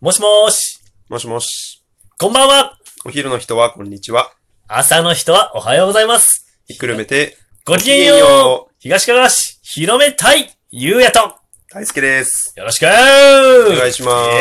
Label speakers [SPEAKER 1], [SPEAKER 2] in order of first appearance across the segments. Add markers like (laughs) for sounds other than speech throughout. [SPEAKER 1] もしもーし、
[SPEAKER 2] もしもし。
[SPEAKER 1] こんばんは。
[SPEAKER 2] お昼の人は、こんにちは。
[SPEAKER 1] 朝の人はおはようございます。
[SPEAKER 2] ひっくるめて、
[SPEAKER 1] ごきげんよう
[SPEAKER 2] ごきげんよ。
[SPEAKER 1] 東かがし、広めたい、ゆうやと、
[SPEAKER 2] 大輔です。
[SPEAKER 1] よろしくお
[SPEAKER 2] お願いします。
[SPEAKER 1] イェ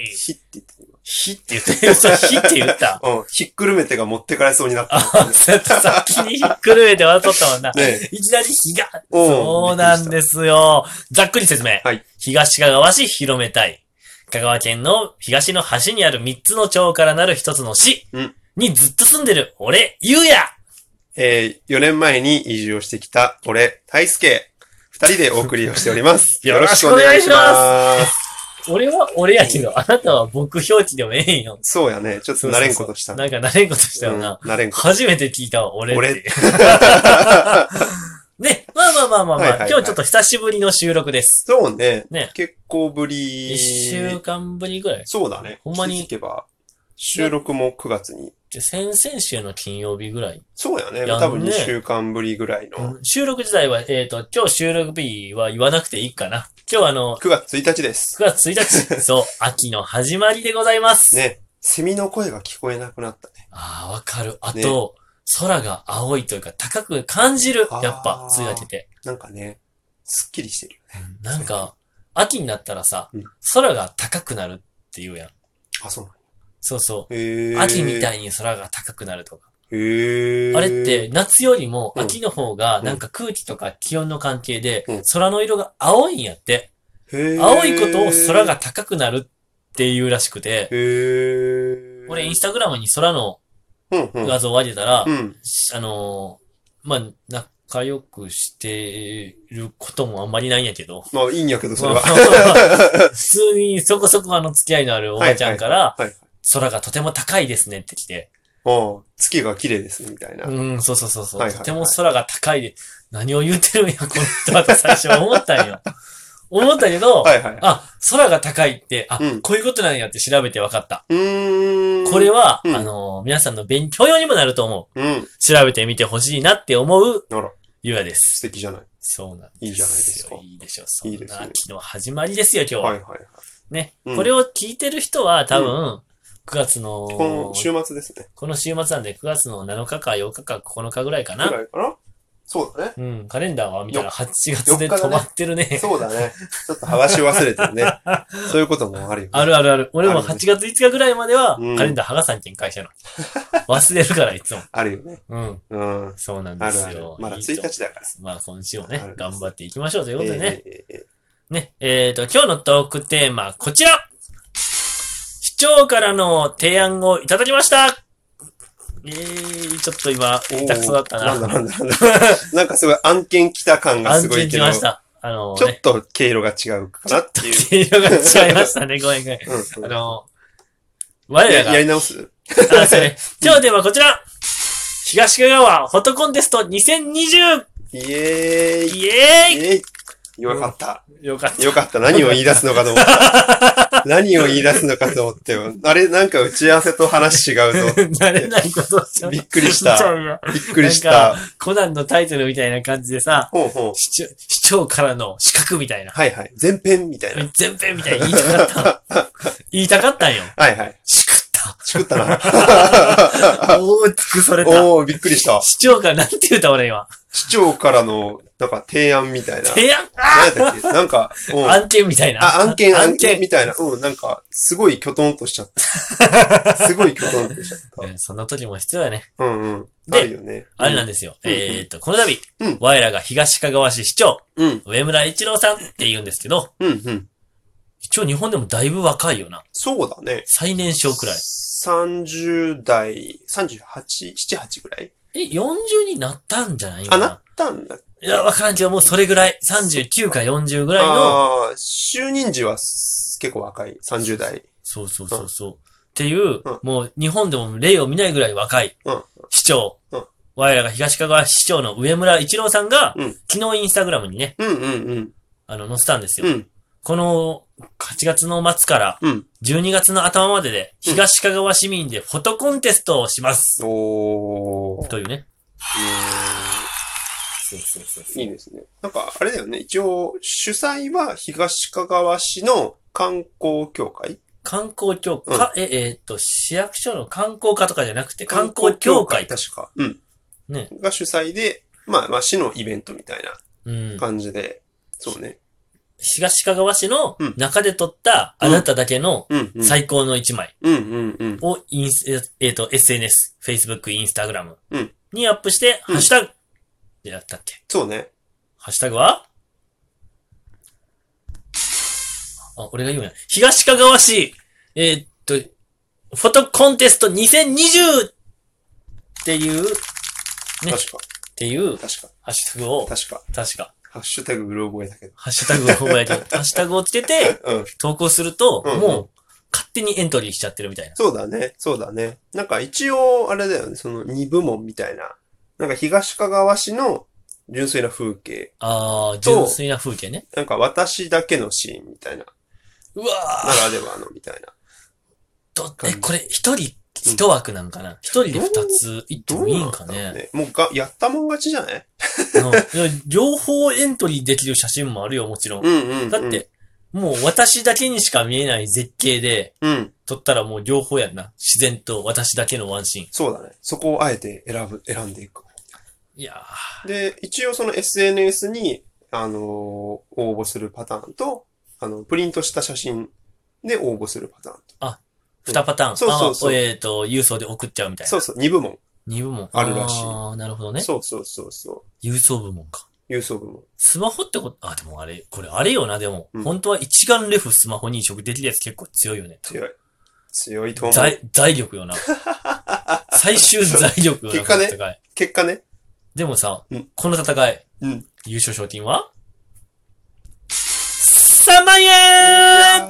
[SPEAKER 1] ーイ
[SPEAKER 2] ひって言って今
[SPEAKER 1] ひって言って、そう、ひって言
[SPEAKER 2] (laughs)
[SPEAKER 1] った。
[SPEAKER 2] うん、ひっくるめてが持ってかれそうになった。
[SPEAKER 1] あ、そうやって先にひっくるめて笑っとったもんな。
[SPEAKER 2] ね
[SPEAKER 1] いきなり日が。
[SPEAKER 2] おう
[SPEAKER 1] そうなんですよ。ざっくり説明。
[SPEAKER 2] はい
[SPEAKER 1] 東かがわ市広めたい。香川県の東の端にある3つの町からなる1つの市
[SPEAKER 2] うん
[SPEAKER 1] にずっと住んでる俺、ゆうや
[SPEAKER 2] えー、4年前に移住をしてきた、俺、大輔。二人でお送りをしております。
[SPEAKER 1] (laughs) よろしくお願いします
[SPEAKER 2] よろくお願いします。
[SPEAKER 1] 俺は俺やけど、あなたは僕標地でもええんよ。
[SPEAKER 2] そうやね。ちょっと慣れんことした。
[SPEAKER 1] なんか慣れんことしたよな。
[SPEAKER 2] うん慣れんこ
[SPEAKER 1] 初めて聞いたわ、俺っ
[SPEAKER 2] 俺
[SPEAKER 1] て。 (laughs) ね、まあまあまあまあまあ、
[SPEAKER 2] はいはいはい
[SPEAKER 1] 今日ちょっと久しぶりの収録です。
[SPEAKER 2] そうね。
[SPEAKER 1] ね
[SPEAKER 2] 結構ぶり。
[SPEAKER 1] 一週間ぶりぐらい。
[SPEAKER 2] そうだね。
[SPEAKER 1] ほんまに
[SPEAKER 2] 気づけば、収録も9月に。
[SPEAKER 1] 先々週の金曜日ぐらい。
[SPEAKER 2] そうやね。
[SPEAKER 1] やんね
[SPEAKER 2] 多分2週間ぶりぐらいの。
[SPEAKER 1] 収録自体は、えっ、と、今日収録日は言わなくていいかな。今日はあの、
[SPEAKER 2] 9月1日です。
[SPEAKER 1] 9月1日、
[SPEAKER 2] (laughs)
[SPEAKER 1] そう、秋の始まりでございます。
[SPEAKER 2] ね。セミの声が聞こえなくなったね。
[SPEAKER 1] ああ、わかる。あと、
[SPEAKER 2] ね
[SPEAKER 1] 空が青いというか、高く感じる。やっぱ
[SPEAKER 2] あ、ー
[SPEAKER 1] 梅雨明け
[SPEAKER 2] (laughs)
[SPEAKER 1] て。
[SPEAKER 2] なんかね、すっきりしてるよね。
[SPEAKER 1] なんか、秋になったらさ
[SPEAKER 2] うん、
[SPEAKER 1] 空が高くなるっていうやん。
[SPEAKER 2] あ、そうなの
[SPEAKER 1] そうそ
[SPEAKER 2] へ
[SPEAKER 1] う。秋み
[SPEAKER 2] い。
[SPEAKER 1] たいに空が高くなるとか。
[SPEAKER 2] へー
[SPEAKER 1] あれって、、夏よりも
[SPEAKER 2] うん
[SPEAKER 1] 秋の方が、なんか空気とか気温の関係で
[SPEAKER 2] うん、
[SPEAKER 1] 空の色が青いんやって。
[SPEAKER 2] へー
[SPEAKER 1] 青いことを空が、高くなるっていうらしくて、
[SPEAKER 2] へー
[SPEAKER 1] 俺インスタグラムに空の
[SPEAKER 2] うん、うん。
[SPEAKER 1] 画像を上げたら
[SPEAKER 2] う、ん。
[SPEAKER 1] しあのー、まあ、仲良くしてることもあんまりないんやけど、
[SPEAKER 2] まあ、いいんやけど、それは。
[SPEAKER 1] (laughs) 普通にそこそこあの付き合いのあるおばちゃんから
[SPEAKER 2] はいはいはい、
[SPEAKER 1] 空がとても高いですねって来て、
[SPEAKER 2] (laughs) うん月が綺麗です、みたいな。
[SPEAKER 1] うん、そうそうそうそう、
[SPEAKER 2] はいはいは
[SPEAKER 1] と
[SPEAKER 2] い
[SPEAKER 1] ても空が高いで、何を言ってるんや、この人はと最初思った
[SPEAKER 2] (laughs)
[SPEAKER 1] んよ。思ったけど、
[SPEAKER 2] はいはい。
[SPEAKER 1] あ、空が高いって、あ、
[SPEAKER 2] うん
[SPEAKER 1] こういうことなんやって調べて分かった。
[SPEAKER 2] うーん。
[SPEAKER 1] これ
[SPEAKER 2] は、
[SPEAKER 1] は、
[SPEAKER 2] うん
[SPEAKER 1] あのー、皆さんの勉強用にもなると思う。
[SPEAKER 2] うん。
[SPEAKER 1] 調べてみてほしいなって思う、
[SPEAKER 2] あら、
[SPEAKER 1] ゆうやです。
[SPEAKER 2] 素敵じゃない。
[SPEAKER 1] そうなんですよ。
[SPEAKER 2] いいじゃないですか
[SPEAKER 1] いいでしょう。そん
[SPEAKER 2] いいです
[SPEAKER 1] な
[SPEAKER 2] ね
[SPEAKER 1] 秋の始まりですよ、今日は。
[SPEAKER 2] はいはい。
[SPEAKER 1] ね、
[SPEAKER 2] うん
[SPEAKER 1] これを聞いてる人は多分、9月の、
[SPEAKER 2] この週末ですね。
[SPEAKER 1] この週末なんで9月の7日か8日か9日ぐらいか
[SPEAKER 2] ぐ
[SPEAKER 1] な。
[SPEAKER 2] らいかなそうだね。
[SPEAKER 1] うん、カレンダーは見たら
[SPEAKER 2] よ
[SPEAKER 1] 8月で
[SPEAKER 2] 4日だね
[SPEAKER 1] 止まってるね。
[SPEAKER 2] そうだね。ちょっと話忘れてるね。そういうこともあるよね。
[SPEAKER 1] (laughs) あるあるある。俺も
[SPEAKER 2] あるね
[SPEAKER 1] 8月5日ぐらいまでは、
[SPEAKER 2] うん
[SPEAKER 1] カレンダー剥がさんけん会社の。忘れるから、いつも。
[SPEAKER 2] あるよね。
[SPEAKER 1] うん。
[SPEAKER 2] うん。
[SPEAKER 1] そうなん
[SPEAKER 2] あ
[SPEAKER 1] で
[SPEAKER 2] るあ
[SPEAKER 1] す
[SPEAKER 2] る
[SPEAKER 1] よ。。
[SPEAKER 2] まだ
[SPEAKER 1] いい
[SPEAKER 2] 1
[SPEAKER 1] と
[SPEAKER 2] 日だから。
[SPEAKER 1] まあ、今週もね
[SPEAKER 2] あるん、です
[SPEAKER 1] 頑張っていきましょうということでね。
[SPEAKER 2] えええええ
[SPEAKER 1] ね、えっ、と、今日のトークテーマ、こちら市長からの提案をいただきましたえー、ちょっと今、
[SPEAKER 2] えおー
[SPEAKER 1] 下手くそだった
[SPEAKER 2] なんだ
[SPEAKER 1] な。
[SPEAKER 2] なんだ (laughs) なんだ。なんかすごい案件来た感がす
[SPEAKER 1] 安
[SPEAKER 2] ごい
[SPEAKER 1] 全
[SPEAKER 2] け
[SPEAKER 1] し
[SPEAKER 2] ど、
[SPEAKER 1] ました。あの
[SPEAKER 2] ちょっ
[SPEAKER 1] ね、
[SPEAKER 2] と経路が違うかなっていう。
[SPEAKER 1] 毛色が違いましたね、ごめんごめん。
[SPEAKER 2] うん
[SPEAKER 1] あ
[SPEAKER 2] うん
[SPEAKER 1] の我ら
[SPEAKER 2] や
[SPEAKER 1] が、
[SPEAKER 2] やり直す
[SPEAKER 1] あ、そうね。今日のテーマはこちら東香川フォトコンテスト 2020!
[SPEAKER 2] イエーイ
[SPEAKER 1] イエー
[SPEAKER 2] イエーイよかった。
[SPEAKER 1] イよかった。
[SPEAKER 2] よかった。何を言い出すのかと思った。
[SPEAKER 1] (laughs)
[SPEAKER 2] 何を言い出すのかと思って。あれ、なんか打ち合わせと話違うぞ。
[SPEAKER 1] 慣れないことをしち (laughs) ゃう
[SPEAKER 2] びっくりした
[SPEAKER 1] しちゃうよ
[SPEAKER 2] びっくりした。
[SPEAKER 1] コナンのタイトルみたいな感じでさ、
[SPEAKER 2] ほうほう。
[SPEAKER 1] 市長市長からの資格みたいな。
[SPEAKER 2] はいはい。前編みたいな。
[SPEAKER 1] 全編みたいに言いたかった。
[SPEAKER 2] (laughs)
[SPEAKER 1] 言いたかったんよ。
[SPEAKER 2] はいはい。
[SPEAKER 1] しくっ
[SPEAKER 2] 作っ
[SPEAKER 1] (laughs)
[SPEAKER 2] たな。
[SPEAKER 1] た。 (laughs) 大きくそれた。
[SPEAKER 2] おー、びっくりした。
[SPEAKER 1] 市長からなんて言った俺今。
[SPEAKER 2] 市長からの、なんか提案みたいな。
[SPEAKER 1] 提案
[SPEAKER 2] 何やったっけなんか、うん。あ、
[SPEAKER 1] 案件みたいな。
[SPEAKER 2] 案件、案
[SPEAKER 1] 案
[SPEAKER 2] 件
[SPEAKER 1] 件。
[SPEAKER 2] みたいな。うん、なんか、すごいキョトンとしちゃ
[SPEAKER 1] (laughs)
[SPEAKER 2] った。すごいキョトンとしちゃっ
[SPEAKER 1] うんそんな時も必要だね。
[SPEAKER 2] た。うんうん。あ
[SPEAKER 1] で
[SPEAKER 2] るよね。
[SPEAKER 1] あれなん
[SPEAKER 2] で
[SPEAKER 1] ですよ。
[SPEAKER 2] うん
[SPEAKER 1] えーっと、この度
[SPEAKER 2] うん、
[SPEAKER 1] 我らが東かがわ市市長、
[SPEAKER 2] うん、
[SPEAKER 1] 上村一郎さんって言うんですけど、
[SPEAKER 2] うん、うん。
[SPEAKER 1] 一応日本でもだいぶ若いよな。
[SPEAKER 2] そうだね。
[SPEAKER 1] 最年少くらい。
[SPEAKER 2] 30代、38、7、8ぐらい
[SPEAKER 1] え、40になったんじゃないか
[SPEAKER 2] あ、な
[SPEAKER 1] な
[SPEAKER 2] ったんだっけ
[SPEAKER 1] いや、わからんけど、もうそれぐらい。39か40ぐらいの、
[SPEAKER 2] ああ、就任時は結構若い。30代。
[SPEAKER 1] そうそうそうそう。っていう、
[SPEAKER 2] うん
[SPEAKER 1] もう日本でも例を見ないぐらい若い
[SPEAKER 2] うん
[SPEAKER 1] 市長、
[SPEAKER 2] うん
[SPEAKER 1] 我らが東かがわ市長の上村一郎さんが、
[SPEAKER 2] うん
[SPEAKER 1] 昨日インスタグラムにね、
[SPEAKER 2] うん、うん、うん。
[SPEAKER 1] あの、載せたんですよ。
[SPEAKER 2] うん、
[SPEAKER 1] この8月の末から
[SPEAKER 2] うん。
[SPEAKER 1] 12月の頭までで、
[SPEAKER 2] うん
[SPEAKER 1] 東かがわ市民でフォトコンテストをします。
[SPEAKER 2] おー。
[SPEAKER 1] というね。
[SPEAKER 2] いいですね。なんか、あれだよね。一応、主催は東かがわ市の観光協会
[SPEAKER 1] 観光協
[SPEAKER 2] う
[SPEAKER 1] 会、
[SPEAKER 2] ん
[SPEAKER 1] かえ、えーっと、市役所の観光課とかじゃなくて、観光協会。
[SPEAKER 2] 確か。うん。
[SPEAKER 1] ね。
[SPEAKER 2] が主催で、まあ、まあ、市のイベントみたい
[SPEAKER 1] うん
[SPEAKER 2] な。感じで、そうね。
[SPEAKER 1] 東かがわ市の
[SPEAKER 2] うん
[SPEAKER 1] 中で撮ったあなただけの
[SPEAKER 2] うん、うん。
[SPEAKER 1] 最高の一枚
[SPEAKER 2] うん、うん、うん。
[SPEAKER 1] をインス、ええーっと、SNS、Facebook、Instagram
[SPEAKER 2] うん
[SPEAKER 1] にアップして、
[SPEAKER 2] うん
[SPEAKER 1] ハッシュタグでやったっけ
[SPEAKER 2] そうね。
[SPEAKER 1] ハッシュタグはあ、俺が言うやん。東かがわ市、えーっと、フォトコンテスト2020っていう、っね
[SPEAKER 2] 確か、
[SPEAKER 1] ていう
[SPEAKER 2] 確か、
[SPEAKER 1] ハッシュタグを、
[SPEAKER 2] 確か。
[SPEAKER 1] 確か、
[SPEAKER 2] ハッシュタグうろ覚えだけど。
[SPEAKER 1] ハッシュタグを覚え
[SPEAKER 2] (laughs)
[SPEAKER 1] て、ハッシュタグをつけて
[SPEAKER 2] うん。
[SPEAKER 1] 投稿すると、
[SPEAKER 2] うん
[SPEAKER 1] もう勝手にエントリーしちゃってるみたいな。
[SPEAKER 2] そうだね。そうだね。なんか一応、あれだよね。その2部門みたいな。なんか東かがわ市の純粋な風景。
[SPEAKER 1] あー、
[SPEAKER 2] そう
[SPEAKER 1] 純粋な風景ね。
[SPEAKER 2] なんか私だけのシーンみたいな。
[SPEAKER 1] うわ
[SPEAKER 2] ならではのみたいな。
[SPEAKER 1] ーと、え、これ一人、一枠なんかな一人で二ついって
[SPEAKER 2] ど
[SPEAKER 1] も
[SPEAKER 2] う
[SPEAKER 1] いい
[SPEAKER 2] なん
[SPEAKER 1] ん
[SPEAKER 2] だ
[SPEAKER 1] か
[SPEAKER 2] ろうね。
[SPEAKER 1] ね。
[SPEAKER 2] もうが、やったもん勝ちじゃない
[SPEAKER 1] うんいや両方エントリーできる写真もあるよ、もちろん
[SPEAKER 2] う。んうん、うん。
[SPEAKER 1] だっ。て、もう私だけにしか見えない絶景で
[SPEAKER 2] うん。
[SPEAKER 1] 撮ったらもう両方やんな。自然と私だけのワンシーン。
[SPEAKER 2] そうだね。そこをあえて選ぶ、選んでいく。
[SPEAKER 1] いや
[SPEAKER 2] で、一応その SNS に、あのー応募するパターンと、あの、プリントした写真で応募するパターンと。
[SPEAKER 1] ー、2パターン。
[SPEAKER 2] そうそうそう
[SPEAKER 1] あえっ、と、郵送で送っちゃうみたいな。
[SPEAKER 2] そうそう、2部門。
[SPEAKER 1] 二部門。
[SPEAKER 2] あるらしい
[SPEAKER 1] ああ、なるほどね。
[SPEAKER 2] そうそうそうそ
[SPEAKER 1] 郵送部門か。
[SPEAKER 2] う。郵送部門。
[SPEAKER 1] スマホってこと、あ、でもあれ、これあれよな、でも。
[SPEAKER 2] うん
[SPEAKER 1] 本当は一眼レフスマホに移植できるやつ結構強いよね。
[SPEAKER 2] 強い。強いと思う。
[SPEAKER 1] 財、財力
[SPEAKER 2] (laughs)
[SPEAKER 1] よな。最終財力よな、
[SPEAKER 2] 結果
[SPEAKER 1] こ
[SPEAKER 2] ね
[SPEAKER 1] の戦い。
[SPEAKER 2] 結果ね。
[SPEAKER 1] でもさ、
[SPEAKER 2] うん
[SPEAKER 1] この戦い、
[SPEAKER 2] うん
[SPEAKER 1] 優勝賞金は ?3 万円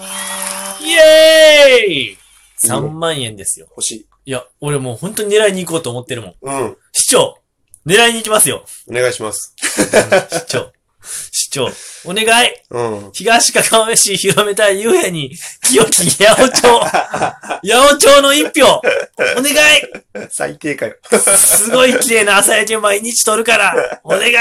[SPEAKER 1] イエーイ !3 万円ですよ。
[SPEAKER 2] 欲しい。
[SPEAKER 1] いや、俺もう本当に狙いに行こうと思ってるもん。
[SPEAKER 2] うん。
[SPEAKER 1] 市長狙いに行きますよ
[SPEAKER 2] お願いします。
[SPEAKER 1] 市
[SPEAKER 2] (laughs)
[SPEAKER 1] 長市長お願い
[SPEAKER 2] うん。
[SPEAKER 1] 東かがわ市広めたゆえに、清き八百
[SPEAKER 2] (laughs)
[SPEAKER 1] 長八百長の一票お願い
[SPEAKER 2] 最低かよ。 (laughs)
[SPEAKER 1] すごい綺麗な朝焼け毎日撮る
[SPEAKER 2] (laughs)
[SPEAKER 1] から、お願い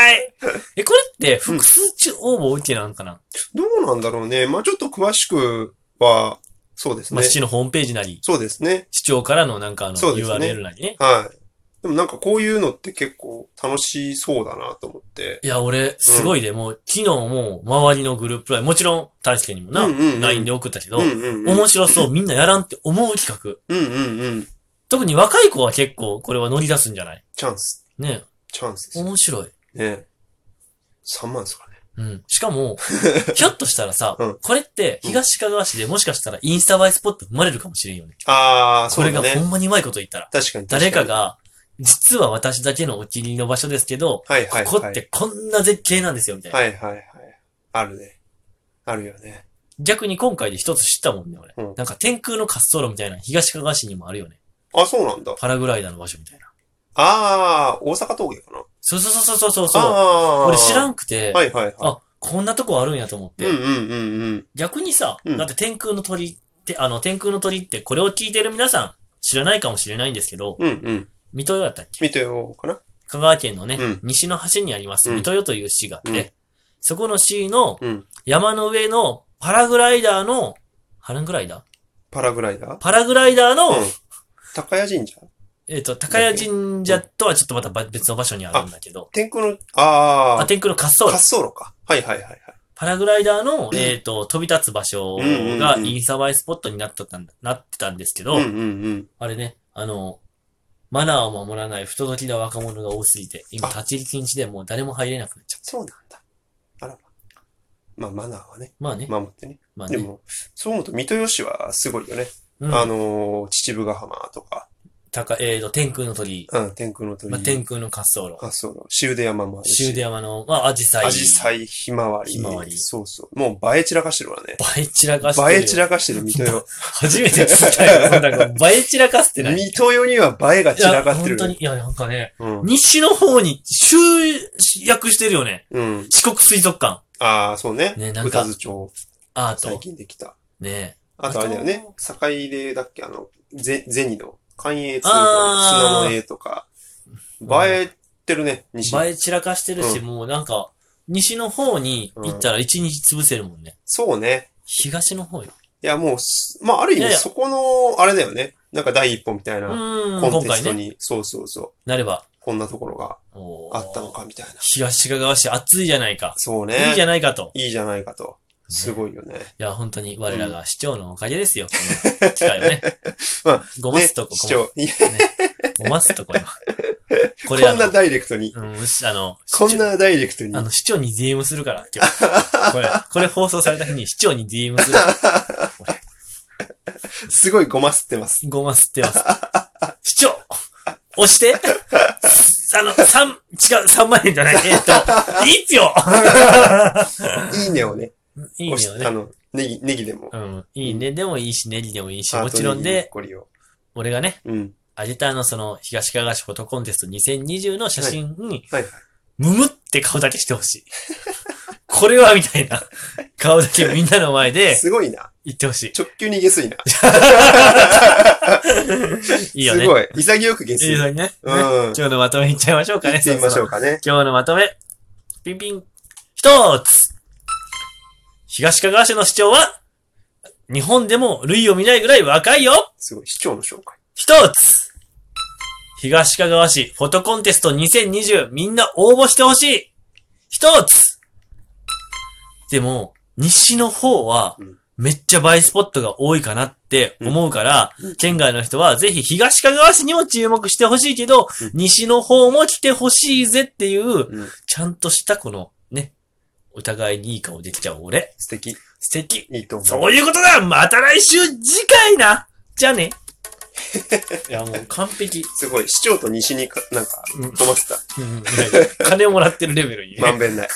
[SPEAKER 1] え、これって複数中応募 OK なんかな、
[SPEAKER 2] どうなんだろうね。まあちょっと詳しくは、そうです
[SPEAKER 1] まあ、
[SPEAKER 2] ね。
[SPEAKER 1] 市のホームページなり、
[SPEAKER 2] そうですね。
[SPEAKER 1] 市長からのなんかあの
[SPEAKER 2] そうですね
[SPEAKER 1] URL なりね。
[SPEAKER 2] はい。でもなんかこういうのって結構楽しそうだなと思って。
[SPEAKER 1] いや、俺、すごいで、もう、昨日もう周りのグループライン、もちろん、大輔にもな、
[SPEAKER 2] うんうんうん
[SPEAKER 1] LINE で送ったけど、
[SPEAKER 2] うんうんうん。
[SPEAKER 1] 面白そう、みんなやらんって思う企画。
[SPEAKER 2] うんうんうん。
[SPEAKER 1] 特に若い子は結構、これは乗り出すんじゃない
[SPEAKER 2] チャンス。
[SPEAKER 1] ね
[SPEAKER 2] チャンスですよ
[SPEAKER 1] 面白い。
[SPEAKER 2] ね。3万ですかね。
[SPEAKER 1] うん。しか
[SPEAKER 2] (laughs)
[SPEAKER 1] も、ひょっとしたらさ、
[SPEAKER 2] うん
[SPEAKER 1] これって、東かがわ市でもしかしたらインスタ映えスポット生まれるかもしれんよね。
[SPEAKER 2] ああ、
[SPEAKER 1] こ
[SPEAKER 2] そう
[SPEAKER 1] れが
[SPEAKER 2] だ
[SPEAKER 1] ほ
[SPEAKER 2] ね。
[SPEAKER 1] んまにうまいこと言ったら。
[SPEAKER 2] 確かに。
[SPEAKER 1] 誰か
[SPEAKER 2] 確に。
[SPEAKER 1] が、実は私だけのお気に入りの場所ですけど、
[SPEAKER 2] はいはいはい。
[SPEAKER 1] ここってこんな絶景なんですよ、みたいな。
[SPEAKER 2] はいはいはい。あるね。あるよね。
[SPEAKER 1] 逆に今回で一つ知ったもんね、俺。
[SPEAKER 2] うん
[SPEAKER 1] なんか天空の滑走路みたいな、東かがわ市にもあるよね。
[SPEAKER 2] あ、そうなんだ。
[SPEAKER 1] パラグライダーの場所みたいな。
[SPEAKER 2] ああ、大阪峠かな。
[SPEAKER 1] そうそうそうそうそうそう。
[SPEAKER 2] ああー。
[SPEAKER 1] 俺知らんくて、
[SPEAKER 2] はいはいはい。
[SPEAKER 1] あ、こんなとこあるんやと思って。
[SPEAKER 2] うんうんうんうん。
[SPEAKER 1] 逆にさ、
[SPEAKER 2] うん
[SPEAKER 1] だって天空の鳥って、あの、天空の鳥ってこれを聞いてる皆さん、知らないかもしれないんですけど、
[SPEAKER 2] うんうん。
[SPEAKER 1] 水戸だったっけ
[SPEAKER 2] 見てようかな。
[SPEAKER 1] 香川県のね、
[SPEAKER 2] うん
[SPEAKER 1] 西の端にあります、
[SPEAKER 2] うん
[SPEAKER 1] 水戸よという市があって、
[SPEAKER 2] うん
[SPEAKER 1] そこの市の
[SPEAKER 2] うん。
[SPEAKER 1] 山の上のパラグライダーの、パラグライダー
[SPEAKER 2] パラグライダー
[SPEAKER 1] パラグライダーの、
[SPEAKER 2] うん高谷神社
[SPEAKER 1] えっ、と、高谷神社とはちょっとまたば別の場所にあるんだけど、
[SPEAKER 2] 天空の、あ
[SPEAKER 1] あ、
[SPEAKER 2] あ、
[SPEAKER 1] 天空の滑走
[SPEAKER 2] 滑
[SPEAKER 1] 路。
[SPEAKER 2] 走路か。はいはいはいはい。
[SPEAKER 1] パラグライダーの、えっ、と、飛び立つ場所
[SPEAKER 2] うんうんうん
[SPEAKER 1] がインスタ映えスポットになっとったんだ、なってたんですけど、
[SPEAKER 2] うんうんうん。
[SPEAKER 1] あれね、あの、マナーを守らない不届きな若者が多すぎて、今
[SPEAKER 2] あ
[SPEAKER 1] 立ち入り禁止でもう誰も入れなくなっちゃ
[SPEAKER 2] そうなんだ。あらま。まあマナーはね、
[SPEAKER 1] う。まあね、
[SPEAKER 2] 守ってね。
[SPEAKER 1] まあ
[SPEAKER 2] で
[SPEAKER 1] ね。
[SPEAKER 2] も、そう思うと、水戸吉はすごいよね。
[SPEAKER 1] うん
[SPEAKER 2] あのー、秩父ヶ浜とか、
[SPEAKER 1] 高、えーと、天空の鳥、
[SPEAKER 2] うん、天空の鳥。
[SPEAKER 1] まあ、天空の滑走路、
[SPEAKER 2] あ、そう。終電山もあるし。
[SPEAKER 1] 終電山の、まあ、アジサイ。
[SPEAKER 2] アジサイ、ひまわり。
[SPEAKER 1] ひまわり
[SPEAKER 2] そうそう。もう映え散らかしてるわね。
[SPEAKER 1] 映え散らかしてる。
[SPEAKER 2] 映え散らかしてる、水戸よ。
[SPEAKER 1] (laughs) 初めて聞いたよ。そんなの映え散らかしてない。
[SPEAKER 2] 水戸よには映えが
[SPEAKER 1] いや
[SPEAKER 2] 散らかって
[SPEAKER 1] 本
[SPEAKER 2] る
[SPEAKER 1] 当。に。いや、なんかね、
[SPEAKER 2] うん。
[SPEAKER 1] 西の方に集約してるよね。
[SPEAKER 2] うん。
[SPEAKER 1] 四国水族館、
[SPEAKER 2] ああ、そうね。
[SPEAKER 1] ねなん
[SPEAKER 2] 宇
[SPEAKER 1] か
[SPEAKER 2] 多津町、
[SPEAKER 1] アー
[SPEAKER 2] 最
[SPEAKER 1] ト。
[SPEAKER 2] 近できた。
[SPEAKER 1] ね
[SPEAKER 2] あとあれだよね
[SPEAKER 1] あ。
[SPEAKER 2] 境でだっけあの、ぜ、銭の、関越の
[SPEAKER 1] あー
[SPEAKER 2] 砂の絵とか。映えてるね、西。
[SPEAKER 1] 映え散らかしてるし、
[SPEAKER 2] う
[SPEAKER 1] もうなんか、西の方に行ったら一日潰せるもんね。
[SPEAKER 2] そうね。
[SPEAKER 1] 東の方よ。
[SPEAKER 2] いや、もうす、まあ、ある意
[SPEAKER 1] いやい
[SPEAKER 2] 味、
[SPEAKER 1] や
[SPEAKER 2] そこの、あれだよね。なんか第一歩みたいうな、
[SPEAKER 1] ーん、
[SPEAKER 2] コ
[SPEAKER 1] 今
[SPEAKER 2] ンテスト
[SPEAKER 1] 回ね、
[SPEAKER 2] に、そうそうそう。
[SPEAKER 1] なれば。
[SPEAKER 2] こんなところが
[SPEAKER 1] おー
[SPEAKER 2] あったの。か、みたいな。
[SPEAKER 1] 東かがわ市暑いじゃないか。
[SPEAKER 2] そうね。
[SPEAKER 1] いいじゃないかと。
[SPEAKER 2] いいじゃないかと。すごいよね。。
[SPEAKER 1] いや、本当に我らが市長のおかげですよ。この機会をね
[SPEAKER 2] (laughs) まあ、
[SPEAKER 1] ごますとこ、
[SPEAKER 2] ね市長、いや
[SPEAKER 1] ごますとこ
[SPEAKER 2] (laughs)
[SPEAKER 1] よ。こ
[SPEAKER 2] こ
[SPEAKER 1] れあ
[SPEAKER 2] んな
[SPEAKER 1] の、
[SPEAKER 2] ダイレクトに。
[SPEAKER 1] うん、しあの、市
[SPEAKER 2] こん
[SPEAKER 1] 長
[SPEAKER 2] なダイレクトに
[SPEAKER 1] あ。の、市長に DM するから、今日。これ、これ放送された日に市長に DM する。
[SPEAKER 2] すごいごますってます。
[SPEAKER 1] ごますってます。市長押してあの、三、違う、三万円じゃない。えっと、一票
[SPEAKER 2] いいねをね。
[SPEAKER 1] いいねよ
[SPEAKER 2] あ
[SPEAKER 1] ね。
[SPEAKER 2] の、ネギ、ネギでも。
[SPEAKER 1] うん。いいねでもいいし、ネギでもいいし、
[SPEAKER 2] ハー
[SPEAKER 1] も
[SPEAKER 2] ト
[SPEAKER 1] ちろん
[SPEAKER 2] ネギに
[SPEAKER 1] で、
[SPEAKER 2] こりを
[SPEAKER 1] 俺がね、
[SPEAKER 2] うん。
[SPEAKER 1] アジターのその、東川市フォトコンテスト2020の写真に、
[SPEAKER 2] はいはい。
[SPEAKER 1] ムムって顔だけしてほしい。これはみたいな顔だけみんなの前です
[SPEAKER 2] ごいな。
[SPEAKER 1] 言ってほし
[SPEAKER 2] 直球にゲスいな。
[SPEAKER 1] い。いいよね。
[SPEAKER 2] すごい。潔くゲス
[SPEAKER 1] いい
[SPEAKER 2] い。
[SPEAKER 1] よね。ね
[SPEAKER 2] うん。
[SPEAKER 1] 今日のまとめいっちゃいましょうか
[SPEAKER 2] 言
[SPEAKER 1] ね。
[SPEAKER 2] ってみましょうかね。
[SPEAKER 1] 今日のまとめ。ピンピン。一つ東かがわ市の市長は、日本でも類を見ないぐらい若いよ
[SPEAKER 2] すごい。市長の紹介。
[SPEAKER 1] 一つ東かがわ市フォトコンテスト2020みんな応募してほしい一つでも、西の方は
[SPEAKER 2] うん、
[SPEAKER 1] めっちゃ映えスポットが多いかなって思うから、県外の人はぜひ東かがわ市にも注目してほしいけど、
[SPEAKER 2] うん
[SPEAKER 1] 西の方も来てほしいぜっていう、
[SPEAKER 2] うん。
[SPEAKER 1] ちゃんとしたこの、ね、お互いにいい顔できちゃう俺。
[SPEAKER 2] 素敵。
[SPEAKER 1] 素敵。
[SPEAKER 2] いいと思う。
[SPEAKER 1] そういうことだまた来週次回なじゃあ (laughs) ね。いや、もう完璧。
[SPEAKER 2] すごい。市長と西にか、なんか、
[SPEAKER 1] うん
[SPEAKER 2] 飛ばせた。
[SPEAKER 1] (laughs) うん金をもらってるレベルにね。
[SPEAKER 2] まんべんない。